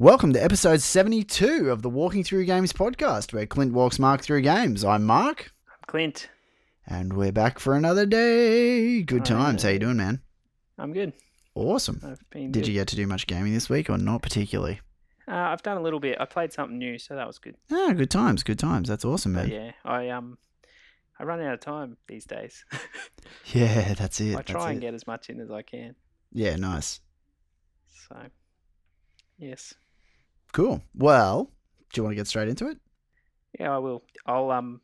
Welcome to episode 72 of the Walking Through Games podcast, where Clint walks Mark through games. I'm Mark, Clint, and we're back for another day. Good Hi. times. How you doing, man? I'm good. Awesome. I've been. Did Uh, good. you get to do much gaming this week or not particularly? Uh, I've done a little bit. I played something new, so that was good. Ah, good times, good times. That's awesome, But man. yeah, I um, I run out of time these days. Yeah, that's it. I that's try and it. get as much in as I can. Yeah, nice. So, yes, Cool. Well, do you want to get straight into it? yeah, I will. I'll um,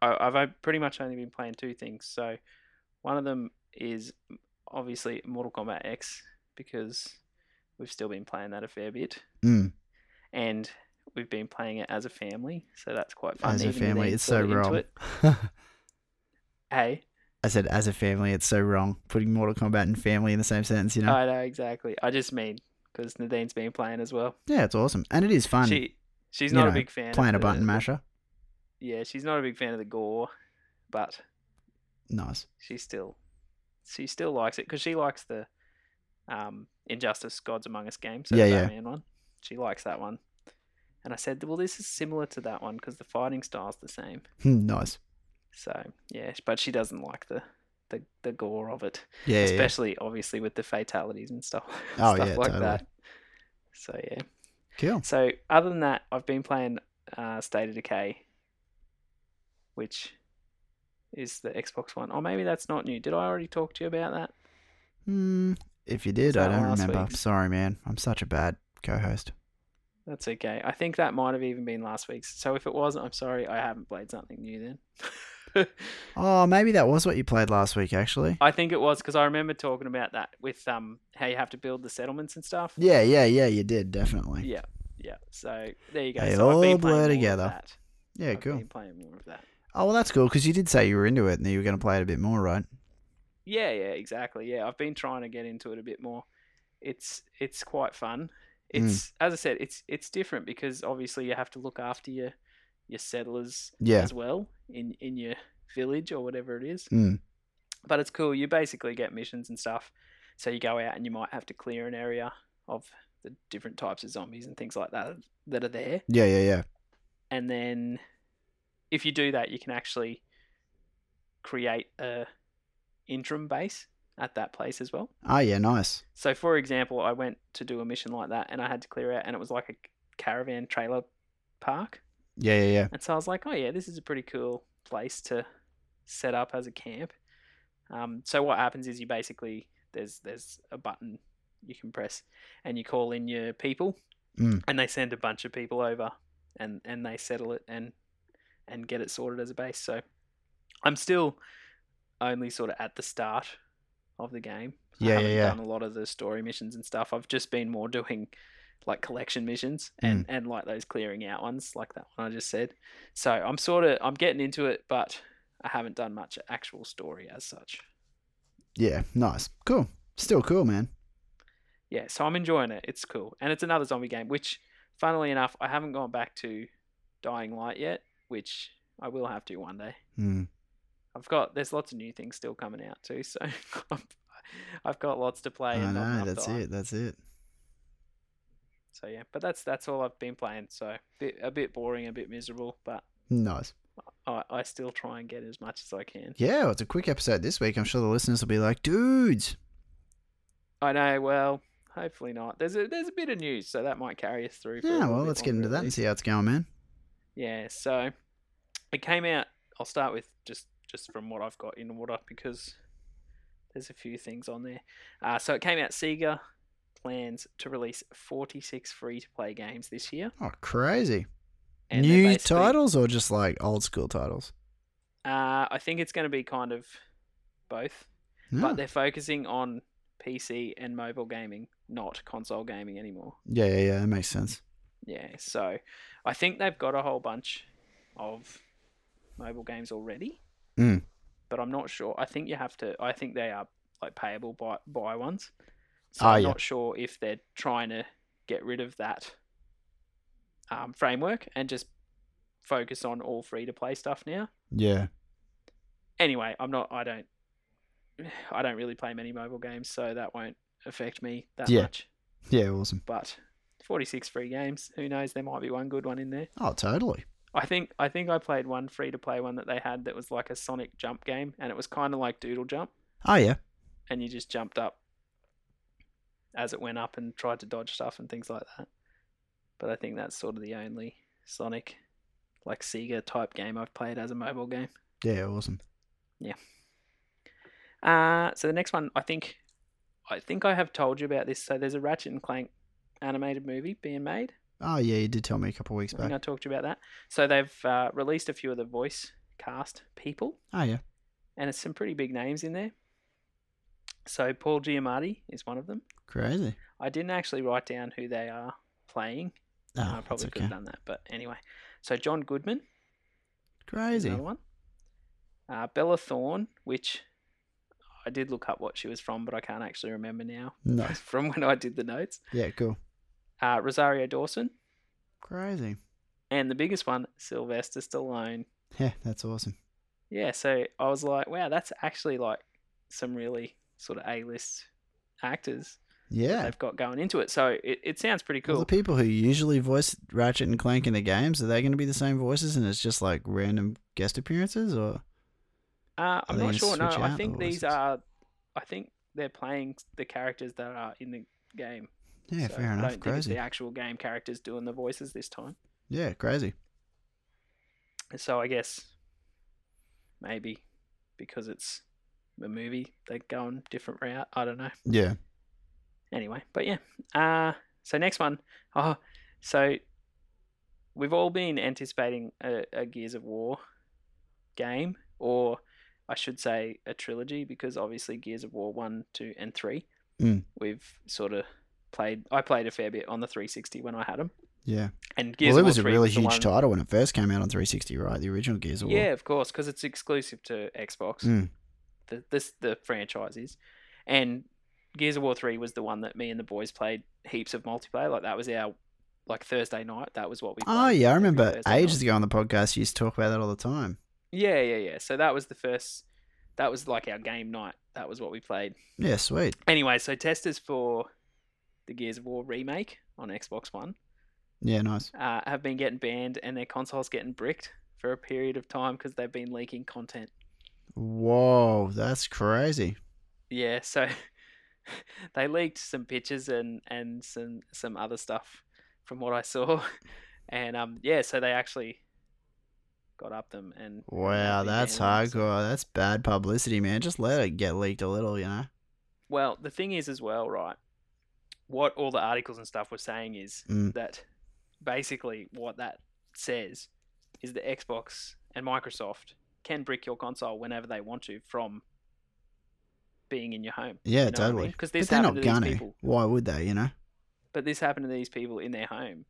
I, I've o- pretty much only been playing two things. So, one of them is obviously Mortal Kombat X because we've still been playing that a fair bit, Mm, and we've been playing it as a family. So that's quite fun. as a even with family, Ian it's so sort of into wrong. it. Hey. I said, as a family, it's so wrong. Putting Mortal Kombat and family in the same sentence, you know? I know oh, exactly. I just mean because Nadine's been playing as well. yeah, it's awesome. And it is fun She uh, she's you not know, a big fan playing a of the, button masher. Yeah, she's not a big fan of the gore, but Nice. she still she still likes it because she likes the um, Injustice Gods Among Us game. So Yeah, the yeah. Batman one. She likes that one. And I said, well, this is similar to that one because the fighting style's the same. Hmm, nice. So yeah, but she doesn't like the the, the gore of it. Yeah, yeah, yeah. especially obviously with the fatalities and stuff, Oh, stuff yeah, like totally. that. So yeah. Cool. So other than that, I've been playing uh, State of Decay, which is the Xbox One. Or maybe that's not new. Did I already talk to you about that? Hmm, if you did, Was I that don't last remember. week? Sorry, man. I'm such a bad co host. That's okay. I think that might have even been last week's. So if it wasn't, I'm sorry. I haven't played something new then. Oh, maybe that was what you played last week, actually. I think it was because I remember talking about that with um how you have to build the settlements and stuff. Yeah, yeah, yeah, you did, definitely. Yeah, Yeah. Yeah. So there you go. They so I've been all playing blur more of together. that. I've cool. been playing more of that. Oh, well, that's cool because you did say you were into it and that you were going to play it a bit more, right? Yeah, yeah, exactly. Yeah, I've been trying to get into it a bit more. It's it's quite fun. It's as I said, it's it's different because obviously you have to look after your your settlers Yeah. as well in in your village or whatever it is. Mm. But it's cool. You basically get missions and stuff. So you go out and you might have to clear an area of the different types of zombies and things like that that are there. Yeah, yeah, yeah. and then if you do that you can actually create a interim base at that place as well Oh, yeah, nice. so for example i went to do a mission like that and i had to clear out and it was like a caravan trailer park Yeah, yeah, yeah. and so i was like oh yeah this is a pretty cool place to set up as a camp um, so what happens is you basically there's there's a button you can press and you call in your people Mm. and they send a bunch of people over and and they settle it and and get it sorted as a base so i'm still only sort of at the start of the game Yeah, yeah, I haven't yeah. done a lot of the story missions and stuff i've just been more doing like collection missions Hmm. and and like those clearing out ones like that one i just said so i'm sort of i'm getting into it but i haven't done much actual story as such Yeah, nice. Cool. Still cool, man. yeah, so I'm enjoying it. It's cool. And it's another zombie game, which, funnily enough, I haven't gone back to Dying Light yet, which I will have to one day. Mm. I've got, there's lots of new things still coming out too, so I'm- I've got lots to play. I and not know, enough that's time. it, that's it. So yeah, but that's that's all I've been playing. So bit, a bit boring, a bit miserable, but Nice. I, I still try and get as much as I can. Yeah, well, it's a quick episode this week. I'm sure the listeners will be like, dudes. I know. Well, hopefully not. There's a there's a bit of news, so that might carry us through. For a Yeah, little well, bit let's get longer into at that and least. see how it's going, man. Yeah, so it came out. I'll start with just just from what I've got in order because there's a few things on there. Uh, so it came out. Sega plans to release 46 free-to-play games this year. Oh, crazy. and they're New basically- titles or just like old school titles? Uh, I think it's going to be kind of both, No. but they're focusing on PC and mobile gaming, not console gaming anymore. Yeah, yeah, yeah. That makes sense. Yeah, so I think they've got a whole bunch of mobile games already, Mm. but I'm not sure. I think you have to. I think they are like payable buy buy ones. So Ah, I'm yeah. not sure if they're trying to get rid of that um, framework and just focus on all free to play stuff now. Yeah. Anyway, I'm not. I don't. I don't really play many mobile games, so that won't affect me that Yeah. much. Yeah, awesome. But 46 free games. Who knows? There might be one good one in there. Oh, totally. I think I think I played one free to play one that they had that was like a Sonic jump game, and it was kind of like Doodle Jump, Oh, yeah. and you just jumped up as it went up and tried to dodge stuff and things like that. But I think that's sort of the only Sonic, like Sega type game I've played as a mobile game. Yeah, awesome. Uh, so the next one, I think, I think I have told you about this. So there's a Ratchet and Clank animated movie being made. Oh, yeah, you did tell me a couple of weeks I think I back. talked to you about that. So they've uh, released a few of the voice cast people, Oh, yeah. and it's some pretty big names in there. So Paul Giamatti is one of them. Crazy. I didn't actually write down who they are playing. Oh, I that's probably could okay. have done that, but anyway. So John Goodman is Crazy. another one. Uh, Bella Thorne, which I did look up what she was from, but I can't actually remember now No. from when I did the notes. Yeah, cool. Uh, Rosario Dawson, Crazy. and the biggest one, Sylvester Stallone. Yeah, that's awesome. yeah, so I was like, wow, that's actually like some really sort of A list actors that Yeah. they've got going into it. So it, it sounds pretty All cool. the people who usually voice Ratchet and Clank in the games, are they going to be the same voices and it's just like random guest appearances or? Uh, I'm they not gonna sure. No, switch I out think the these voices? are, I think they're playing the characters that are in the game. Yeah, So fair I enough. don't think it's the Crazy. actual game characters doing the voices this time. Yeah, crazy. So I guess maybe because it's a movie, they go on different route. I don't know. Yeah. anyway but yeah uh so next one oh so we've all been anticipating a, a gears of war game or i should say a trilogy because obviously gears of war 1 2 and 3 Mm. we've sort of played i played a fair bit on the 360 when i had them Yeah. and gears well, of it war was a 3 really was the huge one- title when it first came out on 360, right? The original Gears of War. yeah, of course, because it's exclusive to Xbox. Mm. The, this the franchise is, and Gears of War three was the one that me and the boys played heaps of multiplayer. Like that was our like Thursday night. That was what we. Oh, played yeah. I every remember Thursday ages night. ago on the podcast, you used to talk about that all the time. Yeah, yeah, yeah. So that was the first. That was like our game night. That was what we played. Yeah, sweet. Anyway, so testers for the Gears of War remake on Xbox One Yeah, nice. uh, have been getting banned, and their consoles getting bricked for a period of time because they've been leaking content. Whoa, that's crazy. Yeah, so they leaked some pictures and and some some other stuff from what I saw, and um yeah, so they actually got up them and and Wow, they've been that's banning them. So- hardcore. That's bad publicity, man. Just let it get leaked a little, you know? Well, the thing is as well, right? What all the articles and stuff were saying is Mm. that basically what that says is that Xbox and Microsoft can brick your console whenever they want to from being in your home. Yeah, You know what I mean? totally. 'Cause but this they're happened not to these gonna. people. Why would they, you know? But this happened to these people in their home.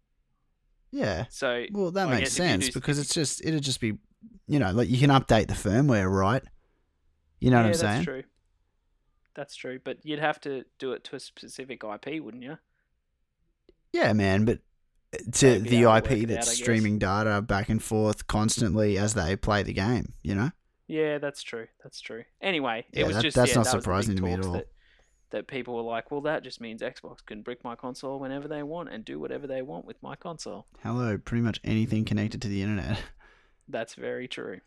Yeah. So Well, that I makes guess if you do sense s- because it's just, it'd just be, you know, like you can update the firmware, right? You know what I'm yeah, saying? That's true. That's true, but you'd have to do it to a specific IP, wouldn't you? Yeah, man, but uh, to They'd be the able to work IP it that's out, I guess. streaming data back and forth constantly as they play the game, you know? Yeah, that's true. That's true. Anyway, Yeah, it was that- just that's yeah, not that was the big surprising to me at talks all. That, that people were like, "Well, that just means Xbox can brick my console whenever they want and do whatever they want with my console." Hello, pretty much anything connected to the internet. That's very true.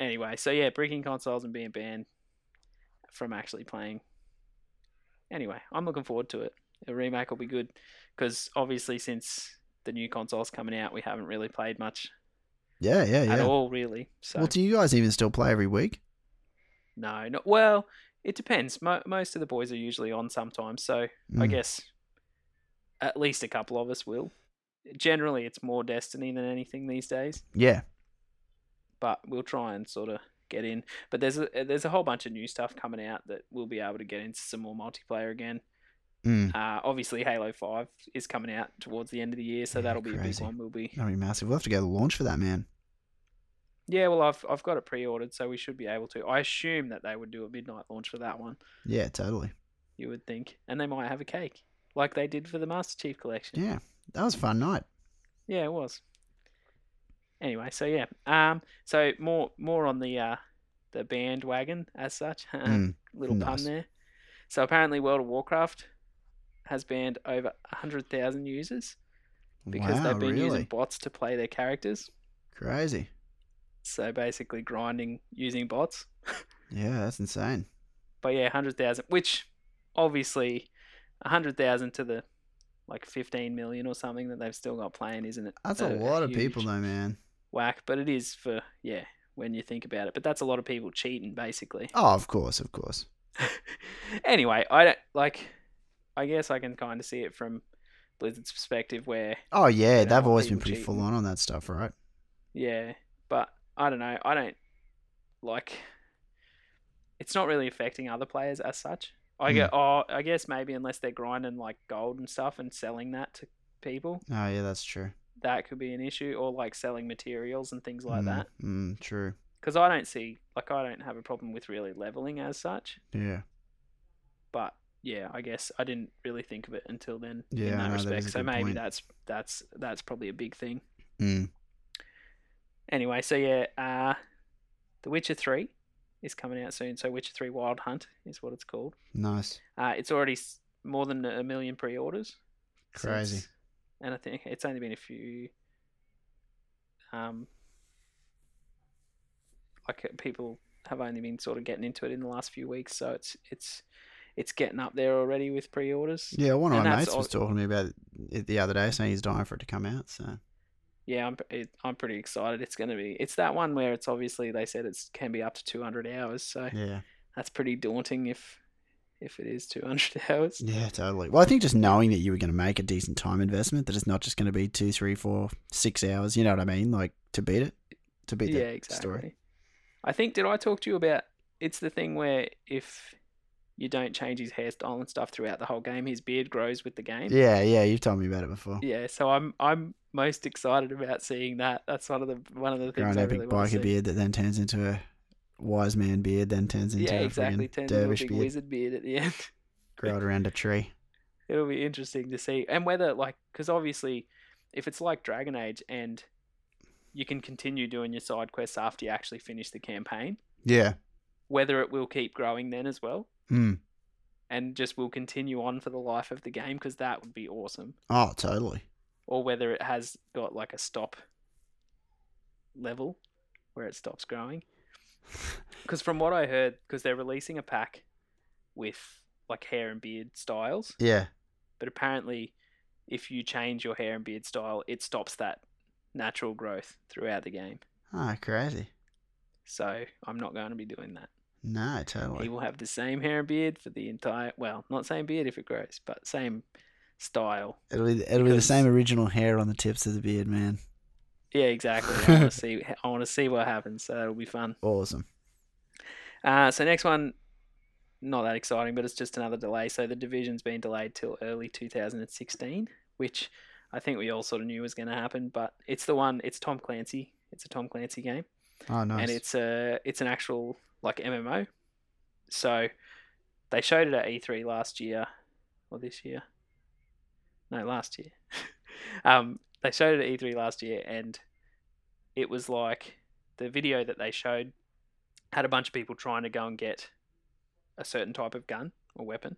Anyway, so yeah, bricking consoles and being banned from actually playing. Anyway, I'm looking forward to it. A remake will be good because obviously, since the new console's coming out, we haven't really played much Yeah, yeah, at yeah. all, really. So Well, do you guys even still play every week? no, not well. It depends. Mo- most of the boys are usually on sometimes, so I Mm. guess at least a couple of us will. Generally, it's more Destiny than anything these days. Yeah. but we'll try and sort of get in. But there's a there's a whole bunch of new stuff coming out that we'll be able to get into some more multiplayer again. Mm. Uh, obviously, Halo Five is coming out towards the end of the year, so Yeah, that'll be a big crazy. one. We'll be That'd be massive. We'll have to go to launch for that, man. yeah. Well, I've I've got it pre-ordered, so we should be able to. I assume that they would do a midnight launch for that one. Yeah, totally. You would think, and they might have a cake like they did for the Master Chief Collection. Yeah. That was a fun night. Yeah, it was. Anyway, so yeah, um, so more more on the uh, the bandwagon as such. Mm, Little nice. pun there. So apparently, World of Warcraft has banned over 100,000 users because they've been using bots to play their characters. crazy. So basically, grinding using bots. Yeah, that's insane. But yeah, 100,000, which obviously 100,000 to the like 15 million or something that they've still got playing, isn't it? That's a lot of people huge though, man. Whack, but it is for, yeah, when you think about it. But that's a lot of people cheating, basically. Oh, of course, of course. anyway, I don't like. I guess I can kind of see it from Blizzard's perspective, where Oh yeah, You know, they've what always been people pretty cheating. full on on that stuff, right? yeah, but I don't know. I don't like. It's not really affecting other players as such. I Hmm. get. Oh, I guess maybe unless they're grinding like gold and stuff and selling that to people, Oh yeah, that's true. that could be an issue, or like selling materials and things like Mm, that. Mm, true. Because I don't see, like, I don't have a problem with really leveling as such. Yeah. but yeah, I guess I didn't really think of it until then Yeah, in I that know, that is respect. a so good maybe point. that's that's that's probably a big thing. Mm. Anyway, so yeah, uh The Witcher 3 is coming out soon. So Witcher 3 Wild Hunt is what it's called. Nice. Uh it's already s- more than a million pre-orders. Crazy. since- and I think it's only been a few um like uh, people have only been sort of getting into it in the last few weeks, so it's it's it's getting up there already with pre-orders. Yeah, one of And my that's mates was talking to me about it the other day, saying he's dying for it to come out. So Yeah, I'm it, I'm pretty excited. It's gonna be it's that one where it's obviously they said it's can be up to 200 hours, so yeah, that's pretty daunting if if it is 200 hours. yeah, totally. Well, I think just knowing that you were going to make a decent time investment, that it's not just going to be two, three, four, six hours. You know what I mean? Like to beat it, to beat yeah, the exactly. story. I think did I talk to you about it's the thing where if you don't change his hairstyle and stuff throughout the whole game, his beard grows with the game. Yeah, yeah, you've told me about it before. Yeah, so I'm I'm most excited about seeing that. That's one of the one of the things Growing I a big really want to see. biker beard that then turns into a wise man beard, then turns into yeah, a exactly. friggin' Turns into a dervish big beard, wizard beard at the end. grow it around a tree. It'll be interesting to see, and whether like, because obviously, if it's like Dragon Age and you can continue doing your side quests after you actually finish the campaign, Yeah. whether it will keep growing then as well, Mm. and just will continue on for the life of the game, because that would be awesome. Oh, totally. Or whether it has got like a stop level where it stops growing, because from what I heard, because they're releasing a pack with like hair and beard styles. Yeah. but apparently if you change your hair and beard style it stops that natural growth throughout the game Ah, crazy. so i'm not going to be doing that No, totally. he will have the same hair and beard for the entire well not same beard if it grows but same style It'll be it'll be the Because- same original hair on the tips of the beard, man. yeah exactly i want to see i want to see what happens so that'll be fun Awesome. uh, so next one not that exciting but it's just another delay so the division's been delayed till early 2016 which i think we all sort of knew was going to happen but it's the one it's tom clancy it's a tom clancy game Oh, nice. and it's a it's an actual like MMO. So they showed it at E3 last year or this year. No, last year. um, they showed it at E3 last year, and it was like the video that they showed had a bunch of people trying to go and get a certain type of gun or weapon.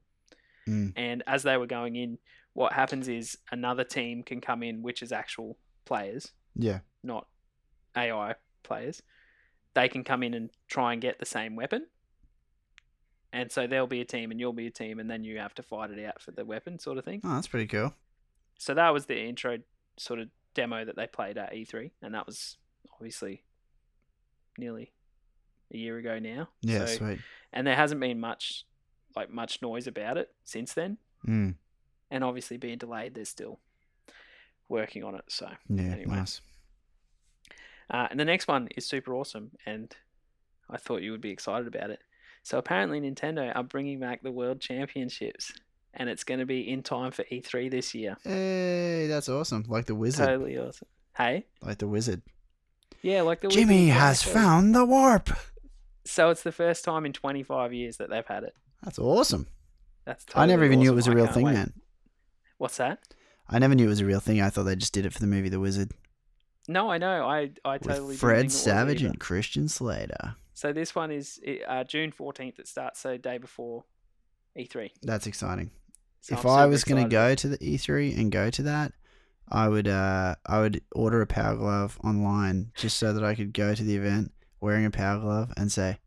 Mm. And as they were going in, what happens is another team can come in, which is actual players, yeah. not AI players, they can come in and try and get the same weapon. And so there'll be a team and you'll be a team and then you have to fight it out for the weapon sort of thing. Oh, that's pretty cool. So that was the intro sort of demo that they played at E3 and that was obviously nearly a year ago now. Yeah, So- sweet. and there hasn't been much like much noise about it since then. Mm. And obviously being delayed they're still working on it, so Yeah, Anyway. nice. Uh, and the next one is super awesome, and I thought you would be excited about it. So apparently, Nintendo are bringing back the World Championships, and it's going to be in time for E3 this year. Hey, that's awesome. Like the wizard. Totally awesome. Hey, Like the wizard. yeah, like the Jimmy Wizard of has Oz. found the warp. So it's the first time in 25 years that they've had it. That's awesome. That's I never totally even knew it awesome. was I a real can't thing, wait. man. What's that? I never knew it was a real thing. I thought they just did it for the movie The Wizard No, I know. I I totally with didn't think it Fred was Savage either. and Christian Slater. So this one is uh, June 14th. It starts so day before E3. That's exciting. So if I'm I super was going to excited. go to the E3 and go to that, I would uh, I would order a power glove online just so that I could go to the event wearing a power glove and say,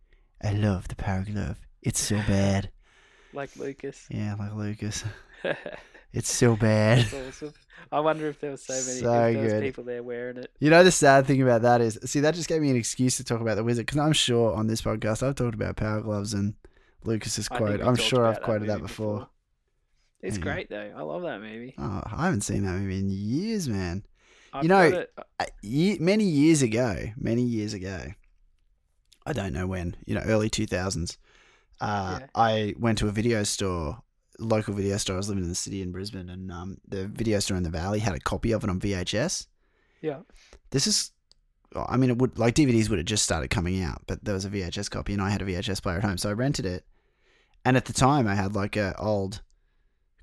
"I love the power glove. It's so bad." like Lucas, Yeah, like Lucas, that's it's so bad. awesome. I wonder if there was so many So if there was good. people there wearing it. You know the sad thing about that is, see, that just gave me an excuse to talk about the wizard because I'm sure on this podcast I've talked about power gloves and Lucas's I think quote. we I'm talked sure about I've quoted that movie before. Mm. It's Yeah. great though. I love that movie. Oh, I haven't seen that movie in years, man. I've know- got it- uh, I- ye- many years ago, many years ago, I don't know when, you know, early 2000s, uh, Yeah. I went to a video store, local video store. I was living in the city in Brisbane, and um, the video store in the valley had a copy of it on VHS. yeah, This is, I mean, it would, like, DVDs would have just started coming out, but there was a VHS copy, and I had a VHS player at home. So I rented it. And at the time, I had like a old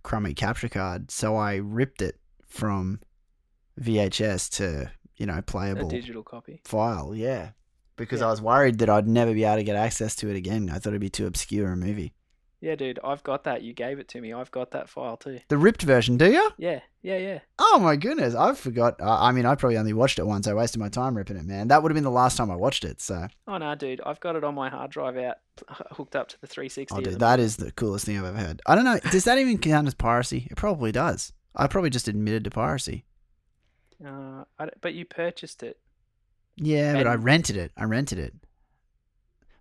crummy capture card. So I ripped it from VHS to, you know, a playable digital copy. file, yeah. Because Yeah. I was worried that I'd never be able to get access to it again. I thought it'd be too obscure a movie. Yeah, dude, I've got that. You gave it to me. I've got that file too. The ripped version, do you? Yeah, yeah, yeah. Oh my goodness, I forgot. I I mean, I probably only watched it once. I wasted my time ripping it, man. That would have been the last time I watched it. So, Oh no, dude, I've got it on my hard drive out, hooked up to the 360. oh, at dude, the that is the coolest thing I've ever heard. I don't know. Does that even count as piracy? It probably does. I probably just admitted to piracy. mo- Uh, I don't- but you purchased it. Yeah, but I And- rented it. I rented it.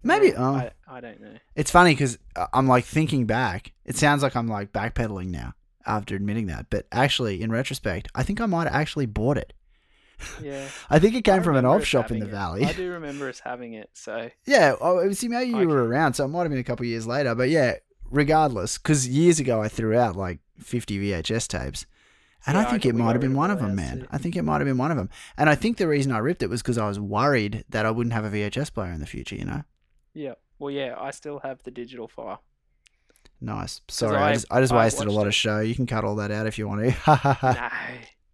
Maybe. Yeah, oh, I, I don't know. It's funny because I'm like thinking back. It sounds like I'm like backpedaling now after admitting that, but actually, in retrospect, I think I might have actually bought it. Yeah. I think it came I from an remember off us shop in the having it. valley. I do remember us having it. So Yeah, oh, see, maybe you Okay. were around, so it might have been a couple of years later. But yeah, regardless, because years ago I threw out like 50 VHS tapes, and Yeah, I I think got- it we got might have rid been of one all of them, ours man. too. I think it might have been one of them. And I think the reason I ripped it was because I was worried that I wouldn't have a VHS player in the future. You know, yeah. Well, yeah, I still have the digital file. nice. Sorry, I, I- just I just I wasted a lot watched of show. You can cut all that out if you want to. no,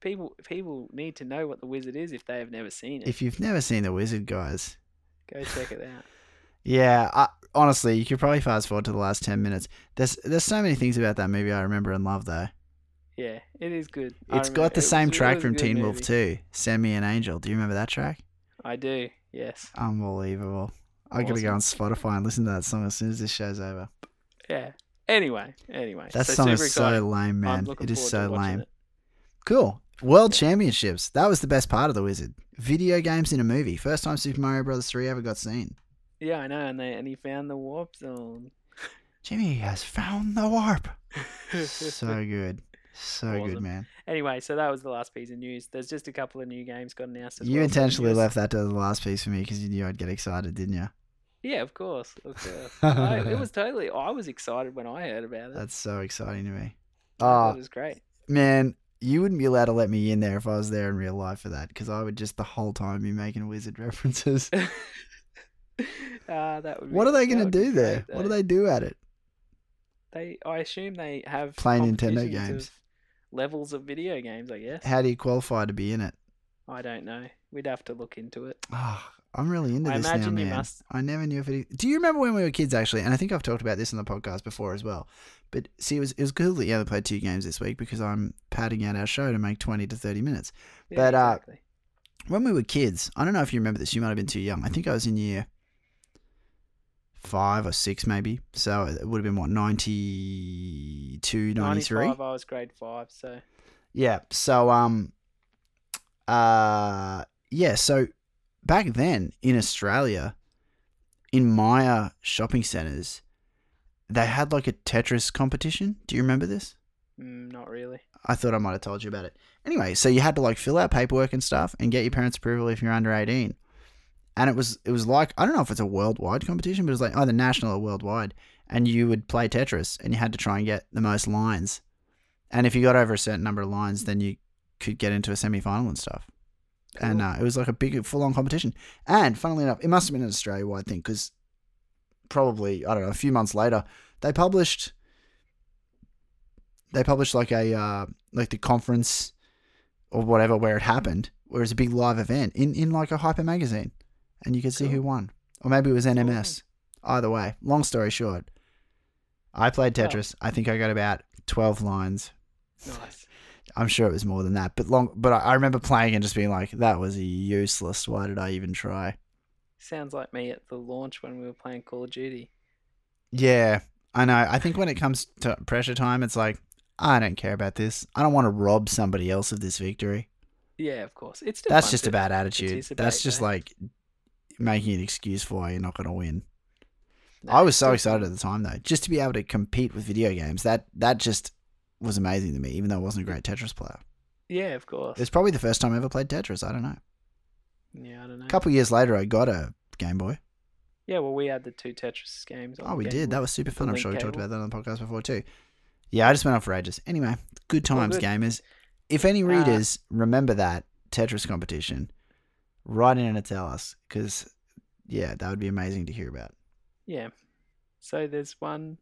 people people need to know what the wizard is if they have never seen it. if you've never seen the Wizard, guys, Go check it out. Yeah, I, honestly, you could probably fast forward to the last ten minutes. There's there's so many things about that movie I remember and love though. Yeah, it is good. I It's remember- got it the was- same it track was a from good Teen Wolf movie. too. "Send Me an Angel." Do you remember that track? I do. Yes. Unbelievable. I gotta go on Spotify and listen to that song as soon as this show's over. Yeah. Anyway, anyway. That so song super is exciting. so lame, I'm man. looking It is forward so to watching lame. it. Cool. World Yeah. Championships. That was the best part of the Wizard. Video games in a movie. First time Super Mario Brothers three ever got seen. Yeah, I know, and they and he found the warp zone. Jimmy has found the warp. so good. So good, Awesome. man. Anyway, so that was the last piece of news. There's just a couple of new games got announced. As You well, so intentionally just- left that to the last piece for me because you knew I'd get excited, didn't you? Yeah, of course, of course. I, it was totally. I was excited when I heard about it. That's so exciting to me. I thought Oh, it was great. man, you wouldn't be allowed to let me in there if I was there in real life for that because I would just the whole time be making wizard references. uh, Ah, that would. What be- are they that going to would be do there? great, What do though. they do at it? They, I assume they have Play Nintendo competitions games. of levels of video games. I guess. How do you qualify to be in it? I don't know. We'd have to look into it. Oh, I'm really into I this now, imagine you man. must- I never knew if it. e-, Do you remember when we were kids, actually? And I think I've talked about this on the podcast before as well. But see, it was it was cool that you only played two games this week because I'm padding out our show to make 20 to 30 minutes. Yeah, But, uh, exactly. when we were kids, I don't know if you remember this. You might have been too young. I think I was in year five or six, maybe. So it would have been what 92, 93? 95, I was grade five, so Yeah. So um, uh, yeah. So back then in Australia, in Maya shopping centres, they had like a Tetris competition. Do you remember this? mm, not really. I thought I might have told you about it. Anyway, so you had to like fill out paperwork and stuff and get your parents' approval if you're under 18. And it was it was like I don't know if it's a worldwide competition, but it was like either national or worldwide. And you would play Tetris and you had to try and get the most lines. And if you got over a certain number of lines, then you could get into a semi final and stuff. And Cool. uh, it was like a big, full on competition. And funnily enough, it must have been an Australia wide thing because probably, I don't know, a few months later, they published. They published like a uh, like the conference or whatever where it happened, where it was a big live event in, in like a hyper magazine, and you could see who Cool. won, or maybe it was NMS. Either way, long story short, I played Yeah. Tetris. I think I got about twelve lines. Nice. I'm sure it was more than that, but long. But I, I remember playing and just being like, "That was useless. Why did I even try?" Sounds like me at the launch when we were playing Call of Duty. Yeah, I know. I think when it comes to pressure time, it's like, I don't care about this. I don't want to rob somebody else of this victory. Yeah, of course. It's still That's fun just to- a bad attitude. just a That's bait, just mate. like making an excuse for why you're not going to win. No, I it's was so still excited fun. at the time though, just to be able to compete with video games. That that just was amazing to me, even though I wasn't a great Tetris player. Yeah, of course. It was probably the first time I ever played Tetris. I don't know. Yeah, I don't know. A couple years later, I got a Game Boy. Yeah, well, we had the two Tetris games. On Oh, we Game did. Boy. That was super fun. I'm link sure we talked cable. about that on the podcast before too. Yeah, I just went off for ages. Anyway, good All times, good. gamers. If any Uh, readers remember that Tetris competition, write in and tell us because, yeah, that would be amazing to hear about. Yeah. So there's one,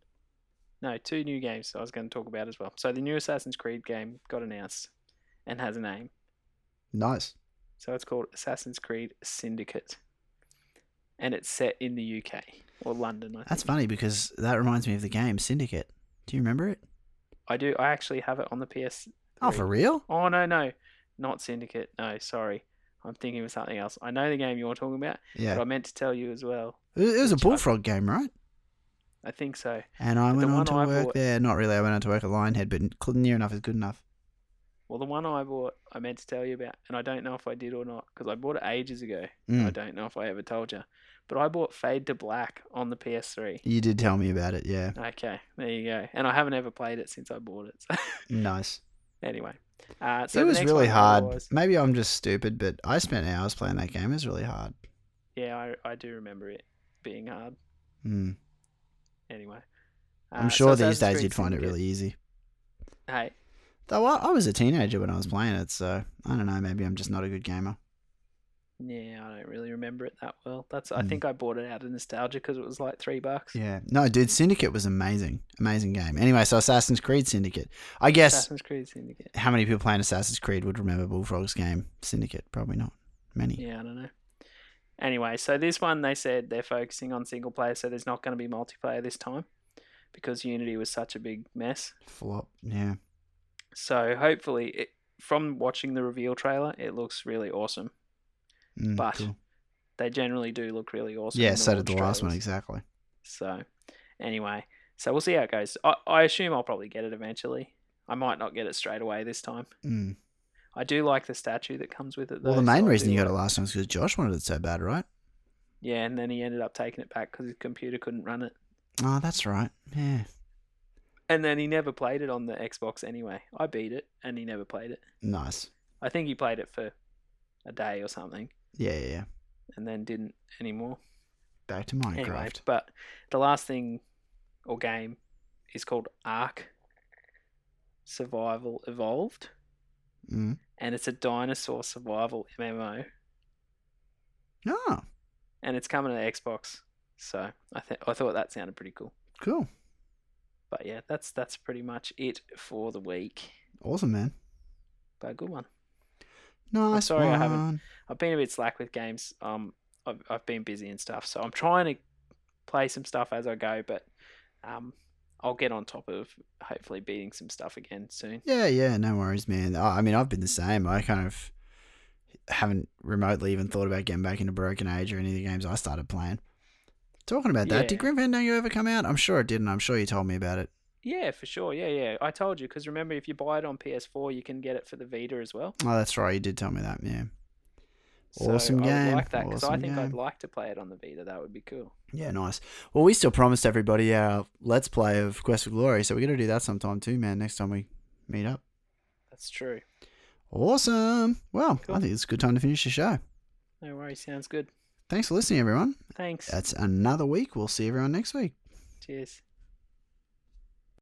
no, two new games I was going to talk about as well. So the new Assassin's Creed game got announced and has a name. Nice. So it's called Assassin's Creed Syndicate. And it's set in the UK or London, I think. That's funny because that reminds me of the game Syndicate. Do you remember it? I do. I actually have it on the PS. Oh, for real? Oh, no, no. Not Syndicate. No, sorry. I'm thinking of something else. I know the game you're talking about, but Yeah. I meant to tell you as well. It was, it was a Which I- bullfrog game, right? I think so. And I The went on one to I work bought- there. Not really. I went on to work at Lionhead, but cl- near enough is good enough. Well, the one I bought, I meant to tell you about, and I don't know if I did or not because I bought it ages ago. I Mm, don't know if I ever told you, but I bought Fade to Black on the PS3. you did tell me about it. Yeah. Okay, there you go. And I haven't ever played it since I bought it. So Nice. anyway, uh, so it the was next really one I hard. was- Maybe I'm just stupid, but I spent hours playing that game. It was really hard. yeah, I, I do remember it being hard. Mm. Anyway, I'm Uh, sure so these Assassin's days Creed you'd find it Syndicate- really easy. Hey, Though I, I was a teenager when I was playing it, so I don't know. Maybe I'm just not a good gamer. yeah, I don't really remember it that well. That's I Mm. think I bought it out of nostalgia because it was like three bucks. Yeah. No, dude, Syndicate was amazing. Amazing game. Anyway, so Assassin's Creed Syndicate. I guess Assassin's Creed Syndicate. how many people playing Assassin's Creed would remember Bullfrog's game Syndicate? Probably not many. Yeah, I don't know. Anyway, so this one they said they're focusing on single player, so there's not going to be multiplayer this time because Unity was such a big mess. Flop. Yeah. So hopefully, it, from watching the reveal trailer, it looks really awesome. Mm, But cool. They generally do look really awesome. yeah, in so did the launch last one trailers. exactly. So anyway, so we'll see how it goes. I, I assume I'll probably get it eventually. I might not get it straight away this time. Mm. I do like the statue that comes with it. Though, Well, the so main I reason do you got it like- last time was because Josh wanted it so bad, right? Yeah, and then he ended up taking it back because his computer couldn't run it. Oh, that's right. Yeah. And then he never played it on the Xbox anyway. I beat it, and he never played it. Nice. I think he played it for a day or something, Yeah, yeah, yeah. and then didn't anymore. Back to Minecraft. Anyway, but the last thing or game is called Ark Survival Evolved, Mm. and it's a dinosaur survival MMO, Oh, and it's coming to Xbox. So I th- I thought that sounded pretty cool. cool. But yeah, that's that's pretty much it for the week. Awesome, man. But a good one. Nice sorry one. I haven't- I've been a bit slack with games. Um, I've, I've been busy and stuff, so I'm trying to play some stuff as I go. But um, I'll get on top of hopefully beating some stuff again soon. Yeah, yeah, no worries, man. I I mean, I've been the same. I kind of haven't remotely even thought about getting back into Broken Age or any of the games I started playing. Talking about that, did Yeah. Grim Fandango ever come out? I'm sure it didn't. I'm sure you told me about it. Yeah, for sure. Yeah, yeah. I told you because remember, if you buy it on PS4, you can get it for the Vita as well. Oh, that's right. You did tell me that. Yeah. Awesome so I game, would like that because I awesome think I'd game. like to play it on the Vita. That would be cool. Yeah, nice. Well, we still promised everybody our Let's Play of Quest for Glory, so we're going to do that sometime too, man, next time we meet up. That's true. Awesome. Well, I Cool. think it's a good time to finish the show. No worries. Sounds good. Thanks for listening, everyone. Thanks. That's another week. We'll see everyone next week. Cheers.